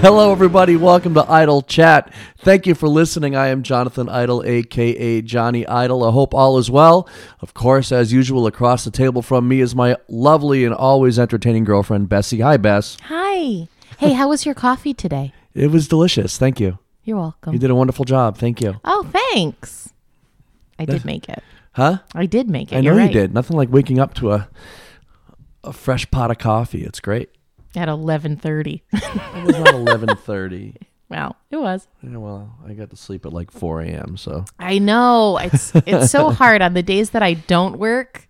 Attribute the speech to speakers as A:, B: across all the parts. A: Hello, everybody. Welcome to Idle Chat. Thank you for listening. I am Jonathan Idle, aka Johnny Idle. I hope all is well. Of course, as usual, across the table from me is my lovely and always entertaining girlfriend, Bessie. Hi, Bess.
B: Hi. Hey, how was your coffee today?
A: It was delicious. Thank you.
B: You're welcome.
A: You did a wonderful job. Thank you.
B: oh, thanks. I did make it.
A: Huh?
B: I did make it.
A: I know
B: You're
A: you
B: right.
A: did. Nothing like waking up to a a fresh pot of coffee. It's great.
B: At 11:30.
A: It was about eleven thirty.
B: wow, it was.
A: Yeah, well, I got to sleep at like four a.m. So
B: I know. It's it's so hard on the days that I don't work.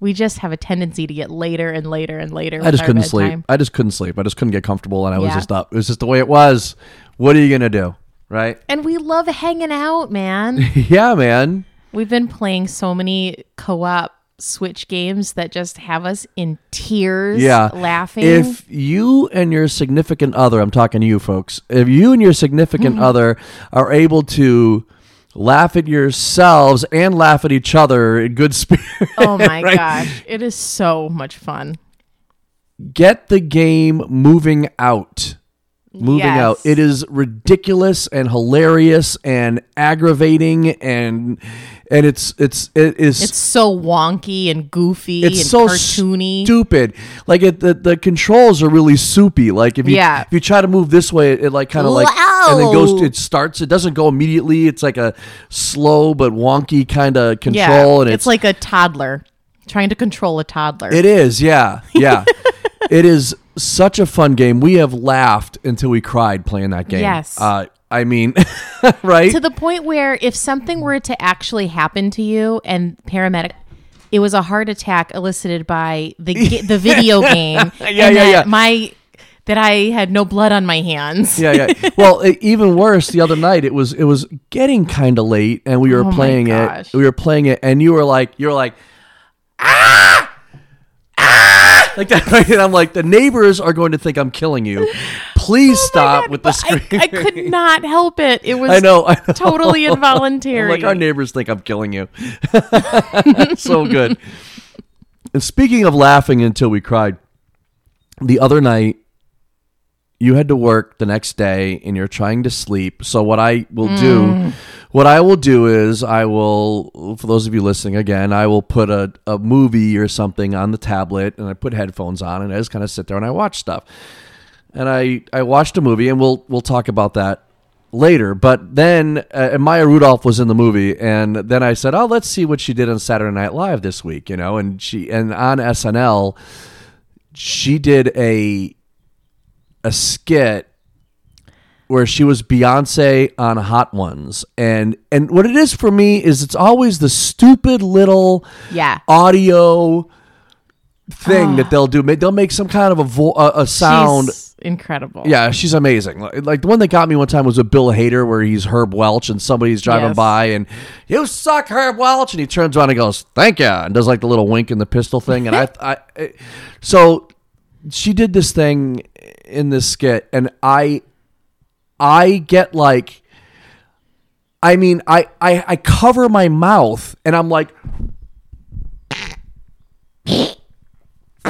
B: We just have a tendency to get later and later and later.
A: I
B: with
A: just
B: our
A: couldn't sleep.
B: bedtime.
A: I just couldn't sleep. I just couldn't get comfortable, and I was
B: Yeah.
A: just up. It was just the way it was. What are you gonna do, right?
B: And we love hanging out, man.
A: yeah, man.
B: We've been playing so many co-op Switch games that just have us in tears,
A: Yeah,
B: laughing.
A: If you and your significant other, I'm talking to you folks, if you and your significant
B: Mm-hmm.
A: other are able to laugh at yourselves and laugh at each other in good spirit,
B: oh my gosh, it is so much fun.
A: get the game moving out. Moving
B: Yes.
A: out. It is ridiculous and hilarious and aggravating and and it's it's it is
B: It's so wonky and goofy
A: it's
B: and
A: so
B: cartoony.
A: stupid. Like it, the the controls are really soupy. Like if you
B: Yeah.
A: if you try to move this way, it, it like kind of like and then goes.
B: Wow.
A: It starts. It doesn't go immediately. It's like a slow but wonky kind of control. and
B: it's, like a toddler trying to control a toddler.
A: it is. Yeah, yeah. it is such a fun game. We have laughed until we cried playing that game.
B: Yes.
A: Uh, I mean, right?
B: to the point where if something were to actually happen to you and paramedic it was a heart attack elicited by the ga- the video game. Yeah,
A: yeah, yeah.
B: My that I had no blood on my hands.
A: yeah, yeah. Well, e- even worse, the other night it was it was getting kind of late, and we were
B: Oh my
A: playing it.
B: gosh.
A: We were playing it, and you were like, you were like, ah, ah, like that. Right? And I'm like, the neighbors are going to think I'm killing you. Please stop with the
B: Oh But I,
A: screaming.
B: I could not help it. It was
A: I know, I know.
B: totally
A: I'm
B: involuntary.
A: like our neighbors think I'm killing you. so good. And speaking of laughing until we cried, the other night you had to work the next day and you're trying to sleep. So what I will do, what I will do is I will, for those of you listening again, I will put a, a movie or something on the tablet and I put headphones on and I just kind of sit there and I watch stuff and I I watched a movie, and we'll we'll talk about that later. But then uh, and Maya Rudolph was in the movie, and then I said, "Oh, let's see what she did on Saturday Night Live this week," you know, and she and on SNL, she did a a skit where she was Beyonce on Hot Ones, and and what it is for me is it's always the stupid little
B: yeah.
A: audio thing that they'll do Ma- they'll make some kind of a vo- a, a sound
B: She's incredible.
A: yeah, she's amazing. Like, like, the one that got me one time was with Bill Hader, where he's Herb Welch and somebody's driving
B: Yes.
A: by and you suck, Herb Welch, and he turns around and goes, "Thank you," and does like the little wink and the pistol thing. And I, I, I- so she did this thing in this skit, and I, I get like, I mean, I, I, I cover my mouth, and I'm like. okay,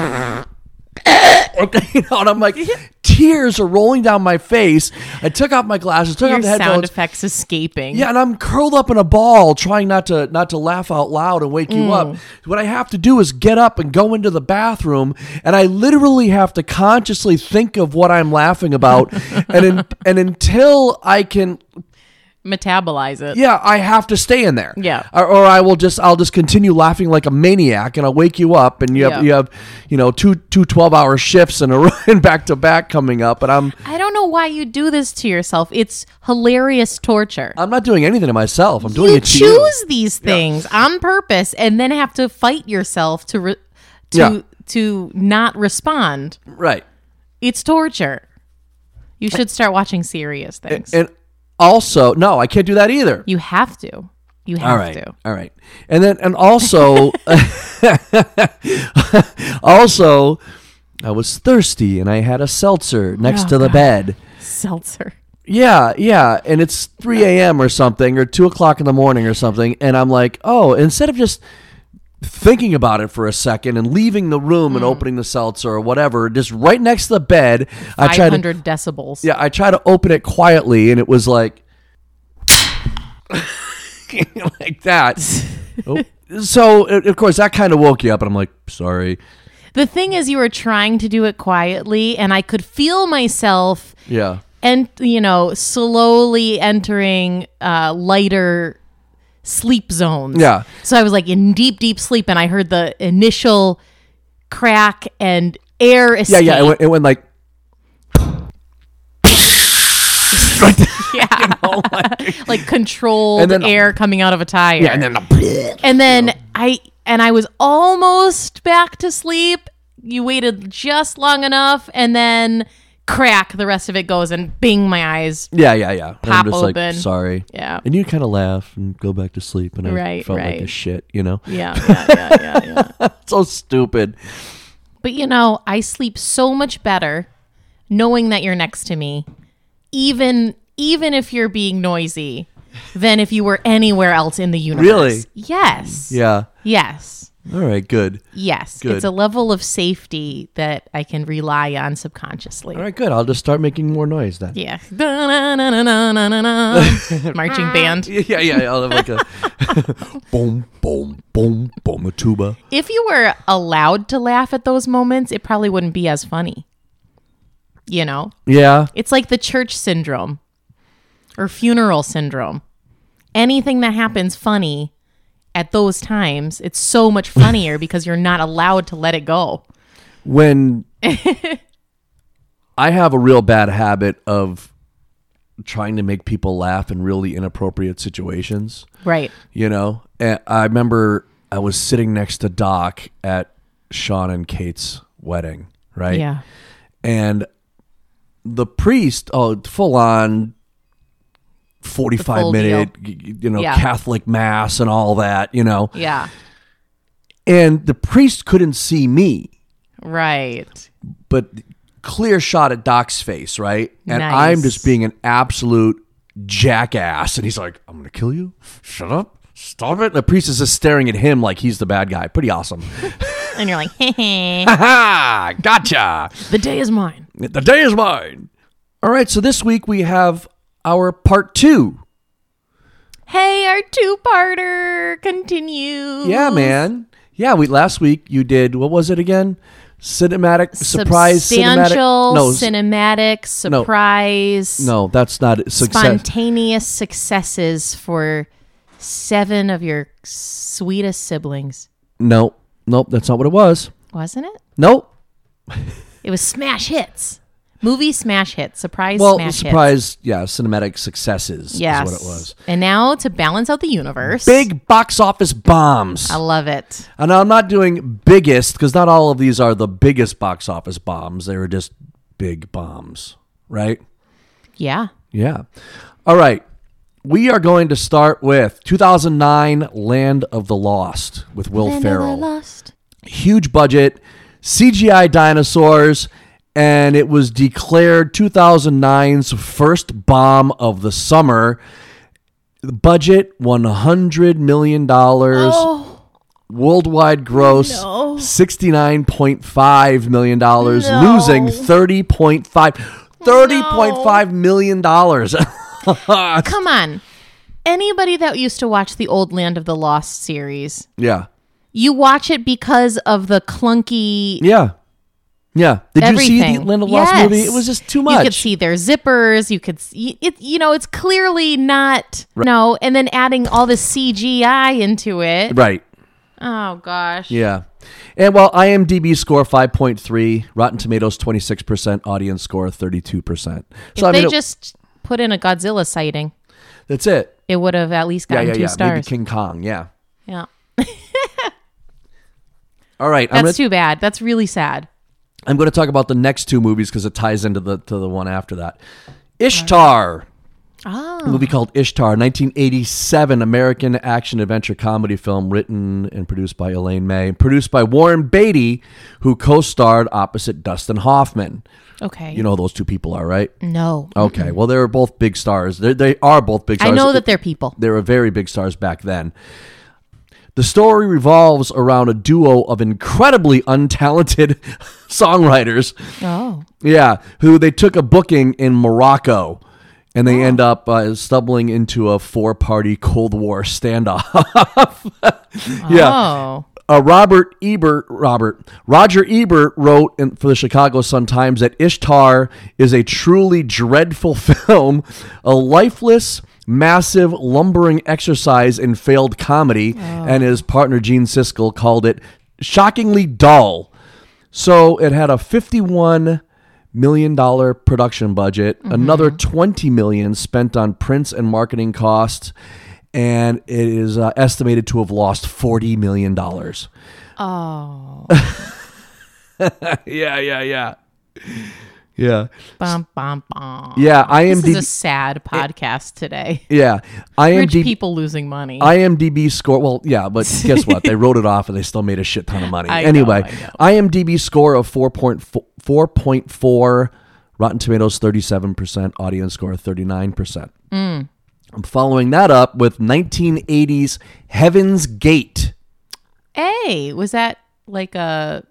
A: you know, and I'm like, tears are rolling down my face. I took off my glasses, took
B: Your
A: off the headphones.
B: sound effects escaping.
A: Yeah, and I'm curled up in a ball, trying not to not to laugh out loud and wake you
B: Mm.
A: up. What I have to do is get up and go into the bathroom, and I literally have to consciously think of what I'm laughing about, and in, and until I can,
B: Metabolize it.
A: yeah, I have to stay in there.
B: Yeah.
A: or, or I will just I'll just continue laughing like a maniac, and I'll wake you up, and you have
B: Yeah.
A: you have you know two two 12 hour shifts and a row- and back to back coming up, and I'm
B: I don't know why you do this to yourself. It's hilarious torture.
A: I'm not doing anything to myself. I'm doing
B: you
A: it to
B: choose
A: you.
B: these things on purpose and then have to fight yourself to re- to
A: Yeah.
B: to not respond.
A: Right.
B: It's torture. You should start watching serious
A: Eh,
B: things.
A: And also, no, I can't do that either.
B: you have to. You have
A: All right.
B: to.
A: All right. And then and also also I was thirsty and I had a seltzer next
B: Oh,
A: to the
B: God.
A: bed.
B: Seltzer.
A: Yeah, yeah. And it's three AM or something or two o'clock in the morning or something. And I'm like, oh, instead of just thinking about it for a second and leaving the room
B: Mm.
A: and opening the seltzer or whatever, just right next to the bed. I tried to
B: 500 decibels.
A: yeah, I try to open it quietly, and it was like like that. Oh. So it- of course that kind of woke you up, and I'm like, sorry.
B: The thing is, you were trying to do it quietly, and I could feel myself,
A: Yeah,
B: and you know, slowly entering uh, lighter sleep zones.
A: Yeah.
B: So I was like in deep, deep sleep, and I heard the initial crack and air
A: yeah,
B: escape.
A: yeah. It went, it went like. Right there,
B: Yeah.
A: you know, like-
B: like controlled
A: And then- um,
B: air coming out of a tire.
A: yeah, and then the,
B: And then I and I was almost back to sleep. You waited just long enough, and then crack. The rest of it goes, and bing, my eyes.
A: yeah, yeah, yeah. And
B: Pop
A: I'm just
B: open.
A: like, sorry.
B: Yeah.
A: And you kind of laugh and go back to sleep, and I
B: Right,
A: felt like
B: right.
A: a shit, you know.
B: Yeah, yeah, yeah, yeah, yeah.
A: So stupid.
B: But you know, I sleep so much better knowing that you're next to me, even even if you're being noisy, than if you were anywhere else in the universe.
A: Really?
B: Yes.
A: Yeah.
B: Yes.
A: All right. Good.
B: Yes.
A: Good.
B: It's a level of safety that I can rely on subconsciously.
A: All right. Good. I'll just start making more noise then.
B: Yeah. Da-na-na-na-na-na-na. Marching band.
A: Yeah, yeah, yeah. I'll have like a boom, boom, boom, boom, a tuba.
B: If you were allowed to laugh at those moments, it probably wouldn't be as funny. You know?
A: Yeah,
B: It's like the church syndrome or funeral syndrome. Anything that happens funny at those times, it's so much funnier because you're not allowed to let it go.
A: when I have a real bad habit of trying to make people laugh in really inappropriate situations,
B: Right.
A: you know. And I remember I was sitting next to Doc at Sean and Kate's wedding, right?
B: Yeah.
A: and the priest, oh, full on,
B: The
A: forty-five
B: full
A: minute, y- y- you know,
B: Yeah.
A: Catholic mass and all that, you know,
B: Yeah.
A: and the priest couldn't see me,
B: Right.
A: but clear shot at Doc's face, right? And
B: Nice.
A: I'm just being an absolute jackass, and he's like, "I'm gonna kill you! Shut up!" Stop it. And the priest is just staring at him like he's the bad guy. Pretty awesome.
B: And you're like, hey, hey,
A: ha! Gotcha!
B: the day is mine.
A: The day is mine. All right, so this week we have our part two.
B: Hey, our two-parter continues.
A: Yeah, man. Yeah, we last week you did what was it again? Cinematic surprise
B: Substantial,
A: cinematic. No, s-
B: cinematic, surprise,
A: no, that's not it. success.
B: spontaneous successes for seven of your sweetest siblings.
A: no, nope, that's not what it was.
B: Wasn't it?
A: Nope.
B: It was smash hits. Movie smash hits. Surprise
A: Well,
B: smash hits.
A: surprise, yeah, cinematic successes
B: Yes.
A: is what it was.
B: And now to balance out the universe.
A: Big box office bombs.
B: I love it.
A: And I'm not doing biggest because not all of these are the biggest box office bombs. They were just big bombs, right?
B: Yeah.
A: Yeah. All right. We are going to start with 2009 Land of the Lost with Will Ferrell.
B: lost.
A: Huge budget, CGI dinosaurs, and it was declared 2009's first bomb of the summer. The budget $100 million.
B: Oh,
A: Worldwide gross
B: No.
A: $69.5 million, losing 30.5 $30.5 million dollars.
B: come on. Anybody that used to watch the old Land of the Lost series,
A: Yeah.
B: you watch it because of the clunky
A: Yeah. Yeah. Did you see the
B: everything.
A: Land of the Lost movie?
B: Yes.
A: It was just too much.
B: You could see their zippers. You could see it. You know, it's clearly not no. And then adding all the CGI into it.
A: Right.
B: Oh gosh.
A: Yeah. And while IMDb score 5.3, Rotten Tomatoes 26%, audience score 32%. So I
B: if
A: mean,
B: they
A: it-
B: just put in a Godzilla sighting,
A: that's it.
B: it would have at least
A: Yeah,
B: gotten
A: yeah,
B: two
A: yeah. Maybe
B: stars.
A: King Kong. Yeah.
B: yeah.
A: All right. I'm gonna,
B: That's too bad. That's really sad.
A: I'm going to talk about the next two movies because it ties into the to the one after that. Ishtar.
B: Oh.
A: A movie called Ishtar, 1987 American action adventure comedy film written and produced by Elaine May, produced by Warren Beatty, who co starred opposite Dustin Hoffman.
B: Okay.
A: You know uh, who those two people are, right?
B: no.
A: Okay. Well, they were both big stars. They're, they are both big
B: Mm-hmm. I
A: stars.
B: know that they're people.
A: They were very big stars back then. The The story revolves around a duo of incredibly untalented songwriters
B: Oh.
A: yeah, who they took a booking in Morocco, and
B: Oh.
A: they end up uh, stumbling into a four-party Cold War standoff. yeah,
B: Oh.
A: uh, Robert Ebert, Robert Roger Ebert wrote in, for the Chicago Sun Times that Ishtar is a truly dreadful film, a lifeless. Massive lumbering exercise in failed comedy, and his partner Gene Siskel called it shockingly dull. So it had a fifty-one million dollar production budget, another twenty million spent on prints and marketing costs, and it is uh, estimated to have lost forty million dollars.
B: Oh.
A: yeah, yeah, yeah, yeah,
B: Bum, bum, bum.
A: yeah.
B: This is
A: IMDb,
B: a sad podcast today.
A: yeah,
B: Rich
A: IMDb,
B: people losing money.
A: IMDb score. Well, yeah, but guess what? They wrote it off, and they still made a shit ton of money.
B: I know,
A: anyway,
B: I know.
A: IMDb score of 4.4, 4.4 Rotten Tomatoes thirty-seven percent, audience score thirty-nine percent.
B: Mm.
A: I'm following that up with 1980s Heaven's Gate.
B: hey, was that like a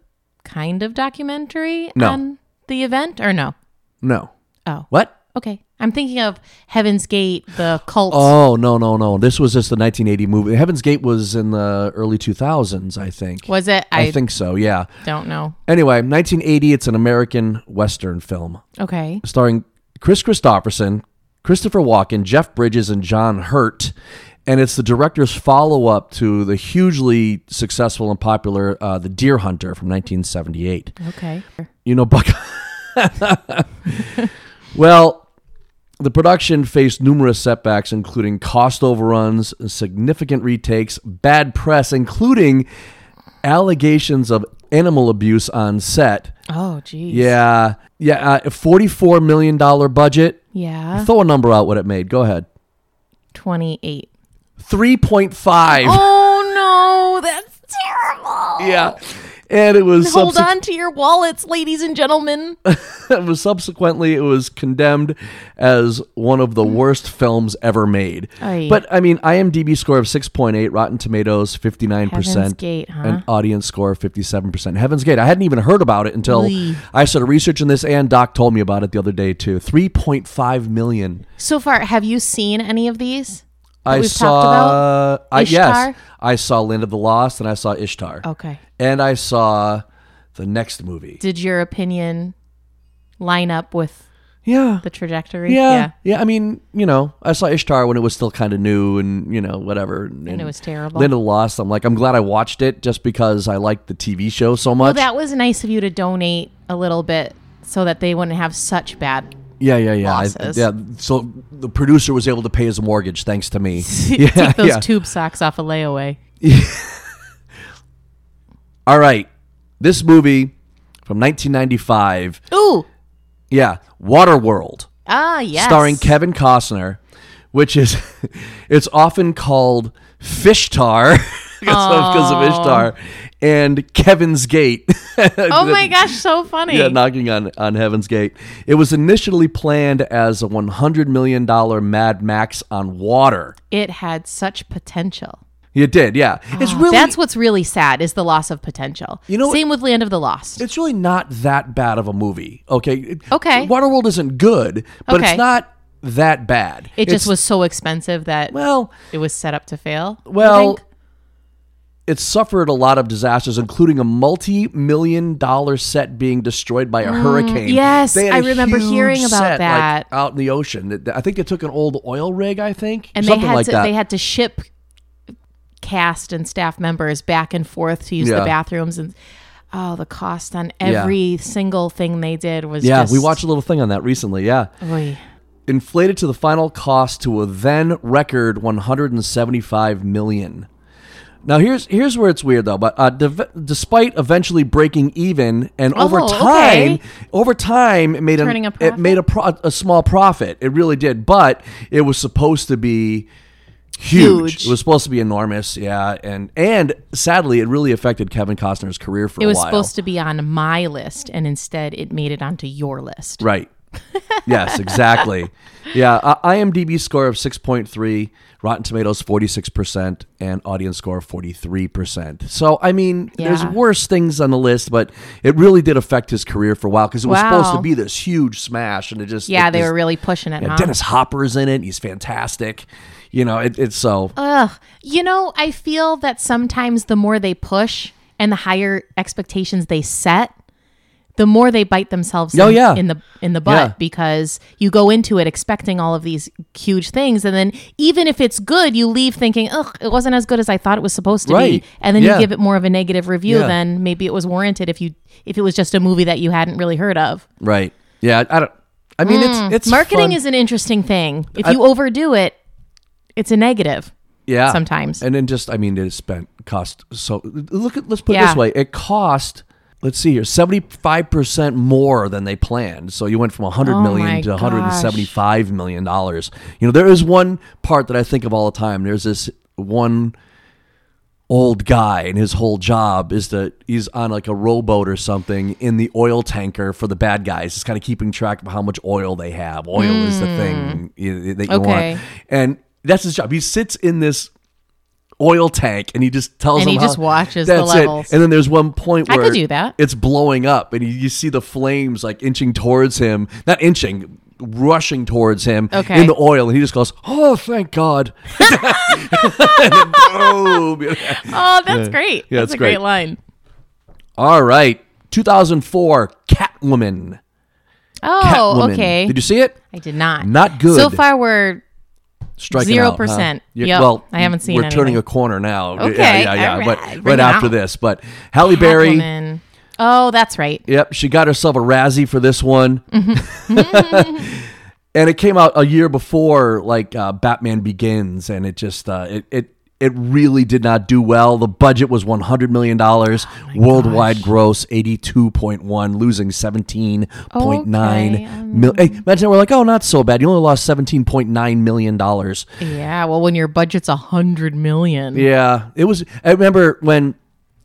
B: kind of documentary
A: No.
B: on the event or no?
A: No,
B: Oh.
A: what?
B: Okay. I'm thinking of Heaven's Gate, the cult.
A: Oh no no no! This was just the 1980 movie. Heaven's Gate was in the early 2000s, I think.
B: was it? I,
A: I, think so. Yeah.
B: don't know.
A: Anyway, 1980. It's an American Western film
B: Okay.
A: starring Chris Christopherson, Christopher Walken, Jeff Bridges, and John Hurt. And it's the director's follow up to the hugely successful and popular uh, The Deer Hunter from 1978.
B: Okay.
A: You know, Buck. well, the production faced numerous setbacks, including cost overruns, significant retakes, bad press, including allegations of animal abuse on set.
B: Oh, geez.
A: Yeah, yeah, uh, forty-four million dollar budget.
B: Yeah.
A: Throw a number out. What it made? Go ahead.
B: 28.
A: Three point five.
B: Oh, no. That's terrible.
A: Yeah, and it was
B: Hold
A: subse-
B: on to your wallets, ladies and gentlemen.
A: it was subsequently it was condemned as one of the worst films ever made.
B: Aye.
A: But I mean, IMDb score of six point eight, Rotten Tomatoes fifty-nine
B: Heaven's
A: percent.
B: Gate, huh?
A: An audience score of 57%. Heaven's Gate. I hadn't even heard about it until
B: Lee.
A: I started researching this, and Doc told me about it the other day, too. 3.5 million.
B: so far, have you seen any of these? that
A: I
B: we've talked
A: saw. I, yes,
B: Ishtar?
A: I saw Land of the Lost, and I saw Ishtar,
B: Okay.
A: and I saw the next movie.
B: Did your opinion line up with
A: Yeah.
B: the trajectory?
A: yeah, yeah, I mean, you know, I saw Ishtar when it was still kind of new, and you know, whatever. And,
B: it was terrible.
A: Land of the Lost. I'm like, I'm glad I watched it just because I liked the TV show so much.
B: Well, that was nice of you to donate a little bit so that they wouldn't have such bad.
A: yeah, yeah, yeah, I-
B: Losses.
A: yeah. So the producer was able to pay his mortgage thanks to me.
B: Take those
A: yeah.
B: tube socks off a layaway.
A: All right, this movie from 1995.
B: Ooh.
A: Yeah, Waterworld.
B: Ah, yes.
A: starring Kevin Costner, which is it's often called Fishtar because of Ishtar and Kevin's Gate.
B: Oh my gosh, so funny.
A: Yeah, knocking on, on Heaven's Gate. It was initially planned as a $100 million Mad Max on water.
B: It had such potential.
A: It did, yeah. It's really
B: That's what's really sad is the loss of potential. You
A: know-
B: same with Land of the Lost.
A: it's really not that bad of a movie. Okay. It-
B: Okay.
A: Waterworld isn't good, but
B: Okay.
A: it's not that bad.
B: It
A: It's-
B: just was so expensive that
A: well.
B: it was set up to fail. you
A: Well,
B: think?
A: it suffered a lot of disasters, including a multi-million dollar set being destroyed by a hurricane.
B: Mm, yes,
A: They had
B: I
A: a
B: remember
A: huge
B: hearing about
A: set, like,
B: that.
A: out in the ocean. It- I think they took an old oil rig. I think
B: and they
A: something
B: had
A: like
B: to
A: that.
B: they had to ship cast and staff members back and forth to use
A: Yeah.
B: the bathrooms and oh, the cost on
A: Yeah.
B: every single thing they did was
A: yeah,
B: just,
A: we watched a little thing on that recently. Yeah,
B: Oy.
A: inflated to the final cost to a then record 175 million. Now here's here's where it's weird though, but uh, dev- despite eventually breaking even and over
B: Oh,
A: time,
B: okay.
A: over time it made an,
B: Turning a
A: it made a pro- a small profit. It really did, but it was supposed to be huge.
B: Huge.
A: It was supposed to be enormous, yeah, and and sadly it really affected Kevin Costner's career for
B: It
A: a
B: was
A: while.
B: supposed to be on my list and instead it made it onto your list.
A: right. yes, exactly. yeah, uh, IMDb score of 6.3, Rotten Tomatoes 46%, and audience score of 43%. So, I mean, there's
B: Yeah.
A: worse things on the list, but it really did affect his career for a while because it was supposed to
B: Wow.
A: be this huge smash, and it just.
B: Yeah,
A: it
B: they
A: just-
B: were really pushing it.
A: yeah,
B: huh?
A: Dennis Hopper's in it. He's fantastic. You know, it, it's so.
B: Ugh. You know, I feel that sometimes the more they push and the higher expectations they set, the more they bite themselves
A: Oh,
B: in,
A: yeah.
B: in the in the butt
A: Yeah.
B: because you go into it expecting all of these huge things and then even if it's good, you leave thinking, "Ugh, it wasn't as good as I thought it was supposed to
A: Right.
B: be." And then
A: Yeah.
B: you give it more of a negative review
A: Yeah.
B: than maybe it was warranted if you if it was just a movie that you hadn't really heard of.
A: Right. Yeah, I don't. I mean, it's it's
B: mm,
A: fun.
B: Marketing is an interesting thing. If you overdo it, it's a negative.
A: yeah
B: sometimes.
A: and then just i mean it spent cost so look at let's put it
B: Yeah.
A: this way it cost let's see here 75% more than they planned so you went from 100
B: Oh
A: million
B: my
A: to
B: gosh.
A: 175 million dollars you know there is one part that i think of all the time there's this one old guy and his whole job is that he's on like a rowboat or something in the oil tanker for the bad guys it's kind of keeping track of how much oil they have oil is the thing you- that you
B: Hmm. Okay.
A: want and that's his job he sits in this oil tank and he just tells
B: And
A: them
B: he
A: how-
B: just watches the
A: That's it.
B: levels.
A: and then there's one point
B: I
A: where
B: could do that.
A: it's blowing up and you, you see the flames like inching towards him not inching rushing towards him
B: Okay.
A: in the oil and he just goes oh thank god And then boom.
B: Oh, that's great.
A: Yeah,
B: that's
A: it's
B: a great
A: great.
B: line.
A: all right 2004 catwoman
B: Oh,
A: catwoman
B: okay.
A: did you see it
B: I did not.
A: Not good.
B: So far, we're
A: striking
B: Zero
A: out, huh?
B: percent.
A: You-
B: Yep.
A: Well,
B: I haven't seen
A: We're turning
B: anything.
A: a corner now. Yeah,
B: Okay,
A: yeah, yeah.
B: all
A: But
B: right.
A: right,
B: Bring it
A: after
B: out.
A: this, but Halle Berry.
B: Catwoman. Oh, that's right.
A: Yep, she got herself a Razzie for this one.
B: Mm-hmm.
A: and it came out a year before like uh, Batman Begins and it just uh, it it it really did not do well. The budget was 100 million dollars,
B: Oh
A: worldwide gross 82.1, losing 17.9
B: Okay, um
A: mil- Hey, imagine we're like, "Oh, not so bad. You only lost 17.9 million dollars."
B: Yeah. Well, when your budget's a hundred million.
A: Yeah, it was. I remember when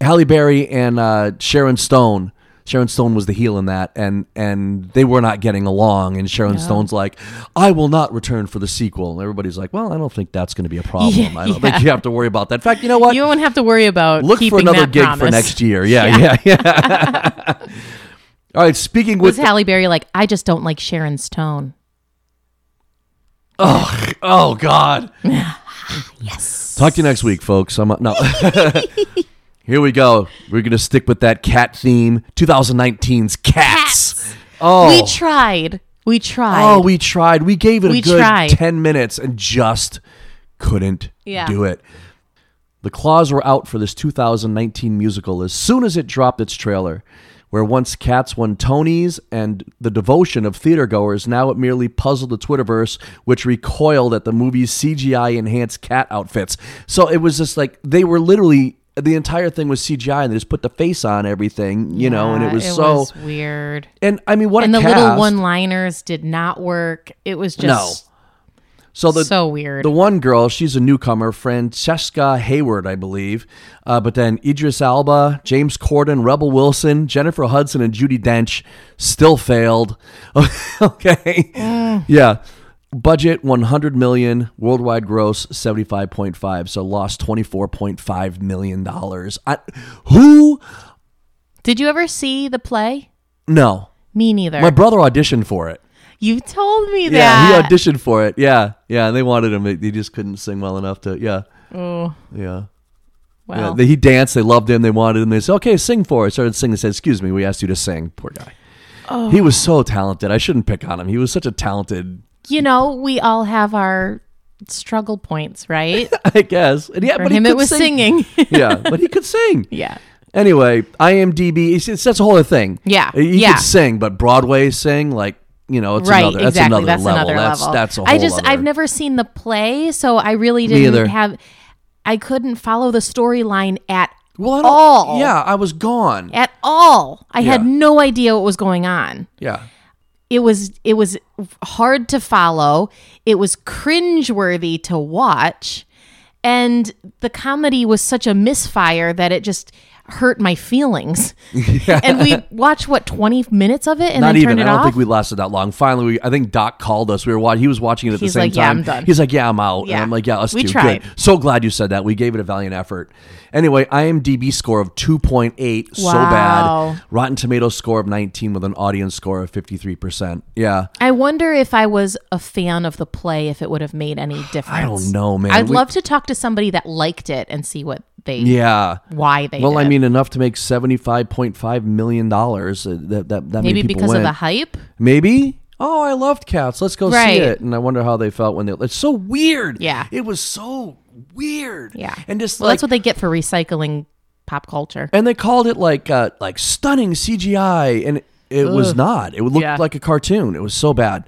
A: Halle Berry and uh, Sharon Stone. Sharon Stone was the heel in that, and and they were not getting along. And Sharon Stone's like, "I will not return for the sequel." And everybody's like, "Well, I don't think that's going to be a problem.
B: Yeah,
A: I don't
B: yeah.
A: think you have to worry about that." In fact, you know what?
B: You won't have to worry about
A: Look
B: keeping
A: for another
B: that
A: gig
B: promise.
A: for next year. Yeah, yeah, yeah. All right. Speaking
B: Was
A: with
B: Halle Berry like? I just don't like Sharon Stone.
A: oh god. yes. Talk to you next week, folks. I'm no. Here we go. We're gonna stick with that cat theme. 2019's cats. Oh.
B: We tried. We tried.
A: Oh, we tried. We gave it
B: We
A: a good
B: tried.
A: 10 minutes and just couldn't
B: Yeah.
A: do it. The claws were out for this 2019 musical as soon as it dropped its trailer. Where once Cats won Tonys and the devotion of theatergoers, now it merely puzzled the Twitterverse, which recoiled at the movie's CGI enhanced cat outfits. So it was just like they were literally the entire thing was CGI, and they just put the face on everything, you know. And it
B: Yeah,
A: was so.
B: Uh, was weird.
A: and I mean, what
B: And
A: a
B: the little
A: cast.
B: one-liners did not work. It was just
A: So the
B: so weird.
A: the one girl, she's a newcomer, Francesca Hayward, I believe. Uh, but then Idris Alba, James Corden, Rebel Wilson, Jennifer Hudson, and Judy Dench still failed. okay, yeah. Budget 100 million, worldwide gross 75.5, so lost 24.5 million dollars. I- Who?
B: did you ever see the play?
A: No,
B: Me neither.
A: my brother auditioned for it.
B: you told me that.
A: Yeah, he auditioned for it. Yeah, yeah, and they wanted him. They just couldn't sing well enough to. Yeah,
B: Oh,
A: yeah.
B: wow.
A: Yeah, they- he danced. They loved him. They wanted him. They said, "Okay, sing for us." Started singing. They said, "Excuse me, we asked you to sing." Poor guy. He was so
B: Oh.
A: talented. I shouldn't pick on him. He was such a talented,
B: you know, we all have our struggle points, right?
A: I guess. And yeah,
B: For
A: but
B: him,
A: he
B: it
A: could
B: was
A: sing.
B: singing.
A: yeah, but he could sing.
B: yeah.
A: Anyway, IMDb. It's, it's that's the whole other thing.
B: Yeah,
A: he
B: yeah.
A: could sing, but Broadway sing like you know, it's
B: right.
A: another. That's
B: exactly.
A: another
B: that's
A: level.
B: another
A: that's
B: level.
A: that's a whole.
B: I just,
A: other-
B: I've never seen the play, so I really didn't
A: either.
B: have, I couldn't follow the storyline at
A: well, I don't-
B: all.
A: Yeah, I was gone.
B: At all. I had
A: Yeah.
B: no idea what was going on.
A: Yeah.
B: It was it was hard to follow. It was cringeworthy to watch, and the comedy was such a misfire that it just hurt my feelings. and we watched what twenty minutes of it and
A: Not
B: then
A: even.
B: turned
A: I
B: it
A: don't
B: off.
A: think we lasted that long. Finally, we, I think Doc called us. We were watching. He was watching it at
B: He's
A: the same
B: like,
A: time.
B: "Yeah, I'm done."
A: He's like, "Yeah, I'm out."
B: Yeah.
A: And I'm like, "Yeah, us
B: We
A: too."
B: tried.
A: Good. So glad you said that. We gave it a valiant effort. Anyway, IMDb score of 2.8, so
B: Wow.
A: bad. Rotten Tomatoes score of 19 with an audience score of 53%. Yeah.
B: I wonder if I was a fan of the play, if it would have made any difference.
A: I don't know, man.
B: I'd
A: We-
B: love to talk to somebody that liked it and see what they,
A: Yeah.
B: why they.
A: Well, I
B: did.
A: mean, enough to make seventy-five point five million dollars. Uh, That that that
B: maybe
A: many people
B: because
A: went.
B: of the hype.
A: Maybe. Oh, I loved cats. Let's go see
B: Right.
A: it. And I wonder how they felt when they. It's so weird.
B: Yeah.
A: It was so weird.
B: Yeah,
A: And just
B: well,
A: like
B: that's what they get for recycling pop culture.
A: and they called it like uh, like stunning CGI, and it was not. It looked
B: Yeah.
A: like a cartoon. It was so bad.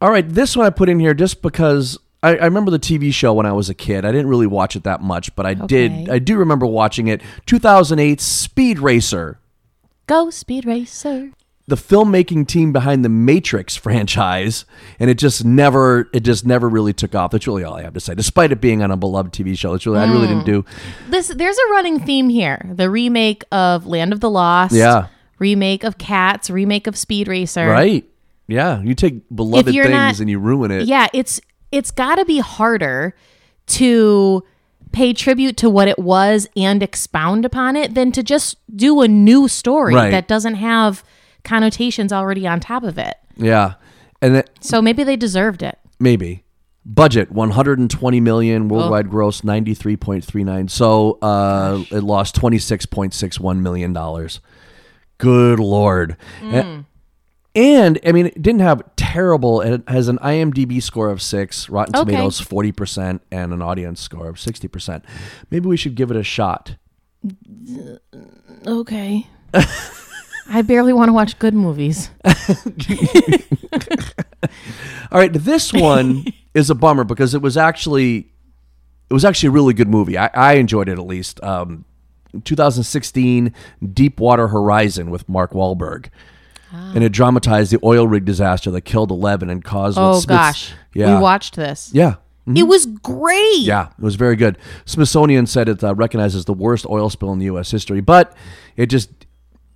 A: All right, this one I put in here just because I, I remember the TV show when I was a kid. I didn't really watch it that much, but I
B: Okay.
A: did. I do remember watching it. 2008 Speed Racer.
B: Go Speed Racer.
A: the filmmaking team behind the Matrix franchise, and it just never, it just never really took off. That's really all I have to say, despite it being on a beloved TV show. That's really, I really
B: Mm.
A: didn't do.
B: This there's a running theme here. The remake of Land of the Lost.
A: Yeah.
B: Remake of Cats. Remake of Speed Racer.
A: Right? Yeah, you take beloved
B: you're
A: things
B: not-
A: and you ruin it.
B: Yeah, it's it's got to be harder to pay tribute to what it was and expound upon it than to just do a new story
A: Right.
B: that doesn't have connotations already on top of it.
A: yeah. and then
B: So maybe they deserved it.
A: maybe budget 120 million worldwide gross 93.39. So uh, it lost 26.61 million dollars. Good lord. And I mean, it didn't have terrible. It has an IMDb score of six, Rotten
B: Okay.
A: Tomatoes forty percent, and an audience score of sixty percent. Maybe we should give it a shot.
B: Okay. I barely want to watch good movies.
A: All right, this one is a bummer because it was actually, it was actually a really good movie. I, I enjoyed it at least. Um, 2016 Deepwater Horizon with Mark Wahlberg, and
B: Ah.
A: it dramatized the oil rig disaster that killed eleven and caused.
B: Oh
A: what Smiths-
B: gosh.
A: yeah, Mm-hmm.
B: We watched this.
A: yeah.
B: It was great.
A: Yeah, it was very good. Smithsonian said it uh, recognizes the worst oil spill in the U.S. history, but it just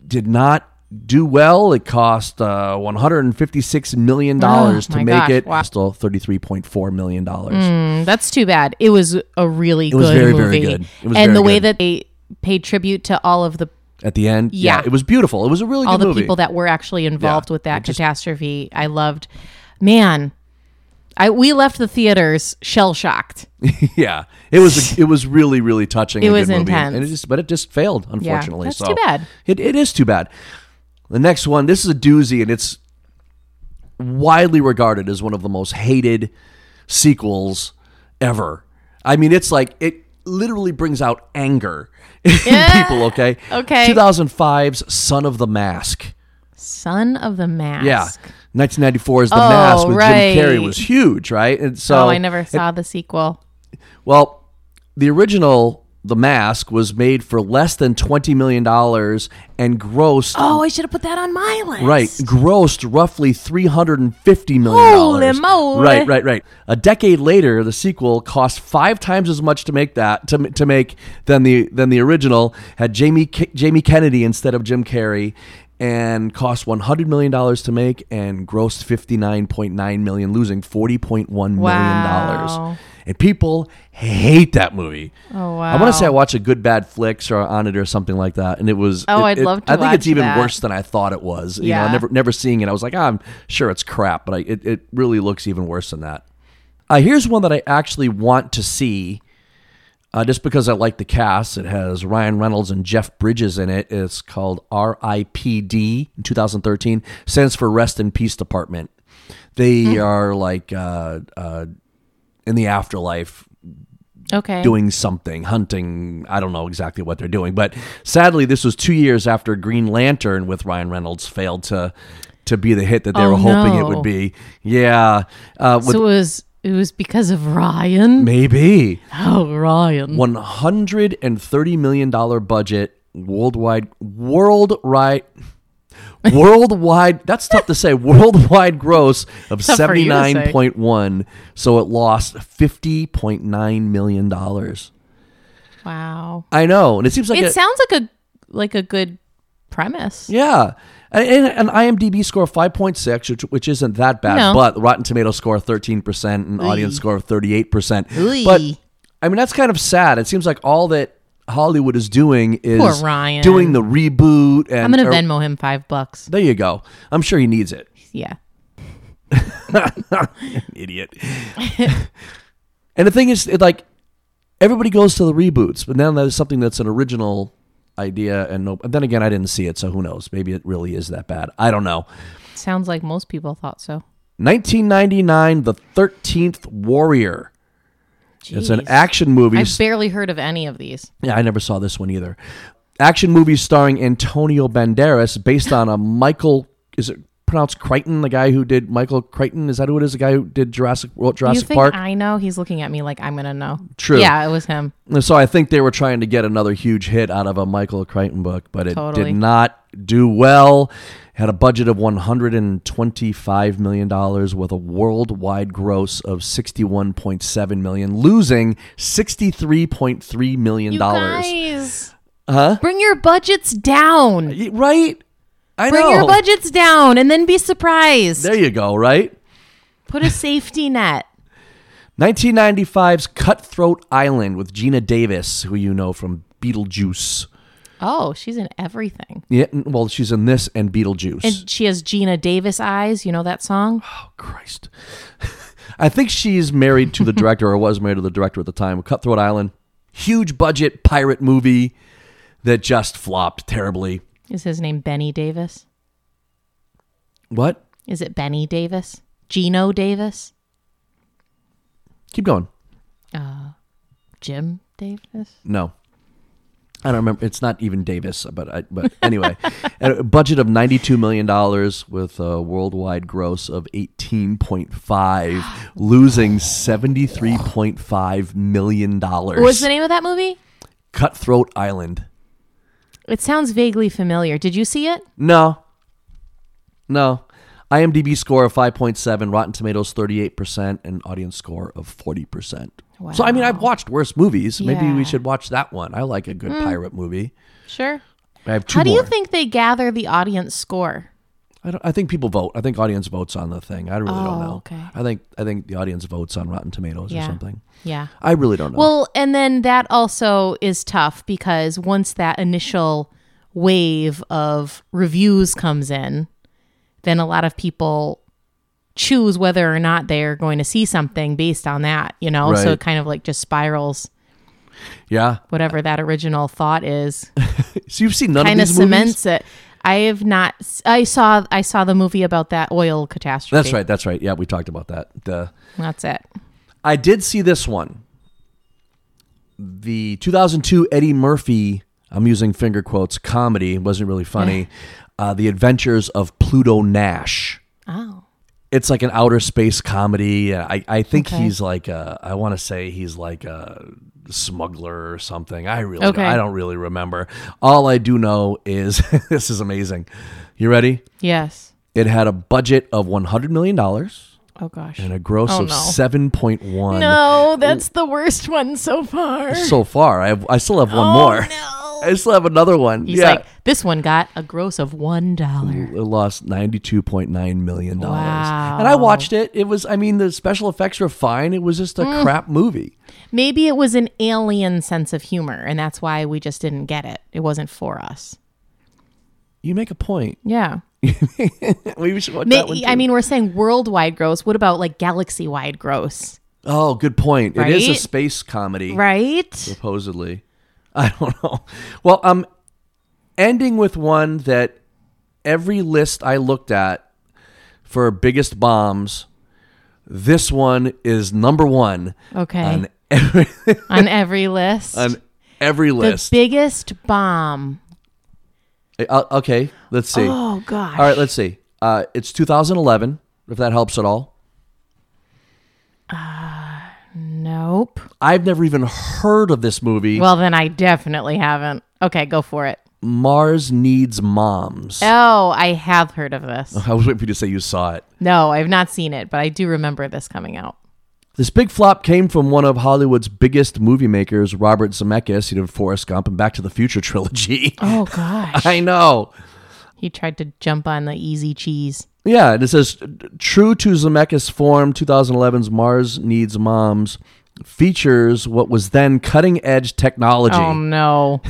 A: did not do well. It cost uh, 156 million dollars
B: Oh,
A: to
B: my
A: make
B: gosh,
A: it.
B: wow.
A: Still 33.4 million dollars.
B: Mm, that's too bad. It was a really good
A: was very, very
B: movie.
A: good. It was
B: and
A: very
B: the way
A: good.
B: that they paid tribute to all of the
A: At the end,
B: Yeah.
A: it was beautiful. It was a really
B: all
A: good
B: the
A: movie.
B: people that were actually involved
A: Yeah,
B: with that catastrophe. I loved man. I we left the theaters shell shocked.
A: yeah, it was. It was really, really touching. It
B: was intense.
A: and it just, but it just failed, unfortunately.
B: that's
A: so
B: too bad.
A: It, it is too bad. The next one, this is a doozy, and it's widely regarded as one of the most hated sequels ever. I mean, it's like it literally brings out anger in people. Okay,
B: Okay.
A: 2005's Son of the Mask.
B: Son of the Mask. Oh,
A: Yeah. 1994 is the mask with
B: right.
A: Jim Carrey was huge, right? And so
B: oh, I never saw the sequel.
A: well, the original The Mask was made for less than $20 million and grossed
B: Oh, I should have put that on my list.
A: Right, grossed roughly three hundred and fifty million
B: Holy moly.
A: Right, right, right. A decade later, the sequel cost five times as much to make that to, to make than the than the original. Had Jamie K- Jamie Kennedy instead of Jim Carrey, and cost one hundred million dollars to make, and grossed fifty nine point nine million, losing forty point one million
B: Wow.
A: dollars. And people hate that movie.
B: Oh wow.
A: I want to say I watched a good bad flicks or on it or something like that, and it was.
B: Oh,
A: it-
B: I'd
A: it-
B: love to
A: I think it's
B: watch
A: even
B: that.
A: worse than I thought it was. You know,
B: Yeah.
A: I never never seeing it, I was like, "Ah, I'm sure it's crap, but I, it it really looks even worse than that. Uh, here's one that I actually want to see, uh, just because I like the cast. It has Ryan Reynolds and Jeff Bridges in it. It's called R.I.P.D. in 2013. Stands for Rest in Peace Department. They are like uh, uh, in the afterlife
B: okay.
A: doing something, hunting. I don't know exactly what they're doing, but sadly, this was two years after Green Lantern with Ryan Reynolds failed to to be the hit that they
B: Oh,
A: were hoping it
B: no.
A: would be. Yeah, uh, with,
B: so it was it was because of Ryan.
A: maybe
B: Oh, Ryan.
A: one hundred and thirty million dollar budget worldwide worldwide. Worldwide, that's tough to say. Worldwide gross of
B: Tough for
A: seventy
B: you to say.
A: nine point one, so it lost fifty point nine million dollars.
B: Wow.
A: I know, and it seems like
B: it
A: a-
B: sounds like a like a good premise.
A: yeah. And, and an IMDb score of 5.6, which, which isn't that bad,
B: No.
A: but Rotten Tomato score of 13% and audience score of 38%.
B: Ooh.
A: But I mean, that's kind of sad. It seems like all that Hollywood is doing is
B: Poor Ryan.
A: doing the reboot. And
B: I'm gonna
A: or-
B: Venmo him five bucks.
A: There you go. I'm sure he needs it.
B: Yeah.
A: Idiot. and the thing is, it, like, everybody goes to the reboots, but now there's something that's an original idea. And no, and then again, I didn't see it, so who knows? Maybe it really is that bad. I don't know.
B: Sounds like most people thought so.
A: 1999, The 13th Warrior. It's an
B: Jeez.
A: action movie.
B: I've barely heard of any of these.
A: Yeah, I never saw this one either. Action movie starring Antonio Banderas, based on a Michael. Is it pronounced Crichton? The guy who did Michael Crichton? Is that who it is? The guy who did Jurassic World,
B: you
A: Jurassic
B: think
A: Park.
B: I know? He's looking at me like I'm gonna know.
A: True.
B: Yeah, it was him.
A: And so I think they were trying to get another huge hit out of a Michael Crichton book, but it
B: Totally.
A: did not do well. Had a budget of 125 million dollars with a worldwide gross of 61.7 million, losing 63.3 million dollars.
B: guys, huh? Bring your budgets down.
A: Y- Right? I
B: Bring
A: know.
B: your budgets down, and then be surprised.
A: There you go, right?
B: Put a safety net.
A: 1995's Cutthroat Island with Gina Davis, who you know from Beetlejuice.
B: Oh, she's in everything.
A: Yeah, n- well, she's in this and Beetlejuice.
B: And she has Gina Davis eyes. You know that song?
A: oh, Christ. I think she's married to the director or was married to the director at the time. Cutthroat Island, huge budget pirate movie that just flopped terribly.
B: Is his name Benny Davis?
A: What?
B: Is it Benny Davis? Gino Davis?
A: Keep going.
B: Jim Davis?
A: No. I don't remember. It's not even Davis, but I, but anyway, And a budget of ninety two million dollars with a worldwide gross of eighteen point five, losing seventy three point five million dollars.
B: What was the name of that movie?
A: Cutthroat Island?
B: It sounds vaguely familiar. Did you see it?
A: No, no. IMDb score of five point seven, Rotten Tomatoes thirty eight percent, and audience score of forty percent. So I mean, I've watched worse movies. Maybe
B: Yeah.
A: we should watch that one. I like a good pirate movie.
B: Sure.
A: I have two
B: How do
A: more.
B: you think they gather the audience score?
A: I, don't, I think people vote. I think audience votes on the thing. I really
B: Oh,
A: don't know.
B: okay.
A: I think I think the audience votes on Rotten Tomatoes
B: Yeah.
A: or something.
B: Yeah.
A: I really don't know.
B: Well, and then that also is tough because once that initial wave of reviews comes in, then a lot of people choose whether or not they're going to see something based on that, you know? So
A: Right.
B: it kind of like just spirals
A: yeah.
B: whatever that original thought is,
A: So you've seen none of
B: kind of
A: these movies.
B: cements it. I have not I saw I saw the movie about that oil catastrophe.
A: That's right. That's right. Yeah, we talked about that. Duh.
B: That's it.
A: I did see this one. The 2002 Eddie Murphy. I'm using finger quotes. Comedy wasn't really funny. uh, the Adventures of Pluto Nash.
B: Oh.
A: it's like an outer space comedy. Uh, I, I think
B: Okay.
A: he's like a, I want to say he's like a smuggler or something. I really,
B: Okay.
A: I don't really remember. All I do know is this is amazing. You ready?
B: Yes.
A: It had a budget of $100 million and
B: Oh gosh.
A: a gross
B: Oh,
A: of
B: no.
A: 7.1
B: No, that's the worst one so far.
A: so far. I, have, I still have one more.
B: Oh,
A: I still have another one.
B: He's
A: yeah.
B: like, this one got a gross of one dollar.
A: it lost $92.9 million.
B: Wow.
A: And I watched it. It was, I mean, the special effects were fine. It was just a crap movie.
B: Maybe it was an alien sense of humor, and that's why we just didn't get it. It wasn't for us.
A: You make a point.
B: Yeah.
A: we should watch
B: Ma-
A: that one.
B: I
A: too.
B: mean, we're saying worldwide gross. What about like galaxy wide gross?
A: oh, good point. It is a
B: Right?
A: space comedy,
B: Right?
A: supposedly. I don't know. Well, I'm ending with one that every list I looked at for biggest bombs, this one is number one
B: Okay.
A: on
B: On,
A: every
B: every list.
A: on every
B: the
A: list.
B: biggest bomb.
A: Uh, okay, let's see.
B: Oh gosh.
A: All right, let's see. Uh, it's 2011. If that helps at all.
B: nope.
A: I've never even heard of this movie.
B: Well, then I definitely haven't. Okay, go for it.
A: Mars Needs Moms.
B: Oh, I have heard of this.
A: I was waiting for you to say you saw it.
B: No, I've not seen it, but I do remember this coming out.
A: This big flop came from one of Hollywood's biggest movie makers, Robert Zemeckis. He did Forrest Gump and Back to the Future trilogy.
B: Oh gosh.
A: I know.
B: he tried to jump on the easy cheese.
A: Yeah, and it says true to Zemeckis form, 2011's Mars Needs Moms features what was then cutting edge technology,
B: Oh no.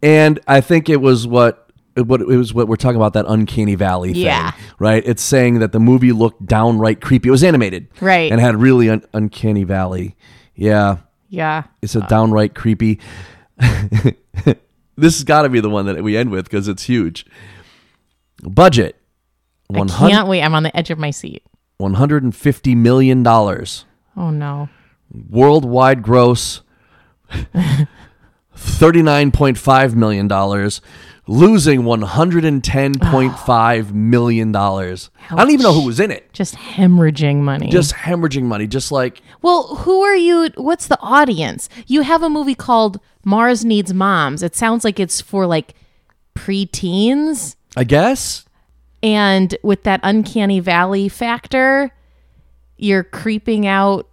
A: and I think it was what what it was what we're talking about that uncanny valley thing,
B: Yeah.
A: right? It's saying that the movie looked downright creepy. It was animated,
B: Right.
A: and had really un- uncanny valley. Yeah,
B: Yeah.
A: it's a downright creepy. this has got to be the one that we end with because it's huge. Budget.
B: I
A: 100
B: can't wait. I'm on the edge of my seat.
A: 150 million dollars
B: Oh no.
A: worldwide gross 39.5 million dollars losing 110.5 million dollars i don't even know who was in it
B: Just hemorrhaging money.
A: just hemorrhaging money just like
B: Well, who are you? What's the audience? You have a movie called Mars Needs Moms. It sounds like it's for like preteens
A: i guess
B: and with that uncanny valley factor, you're creeping out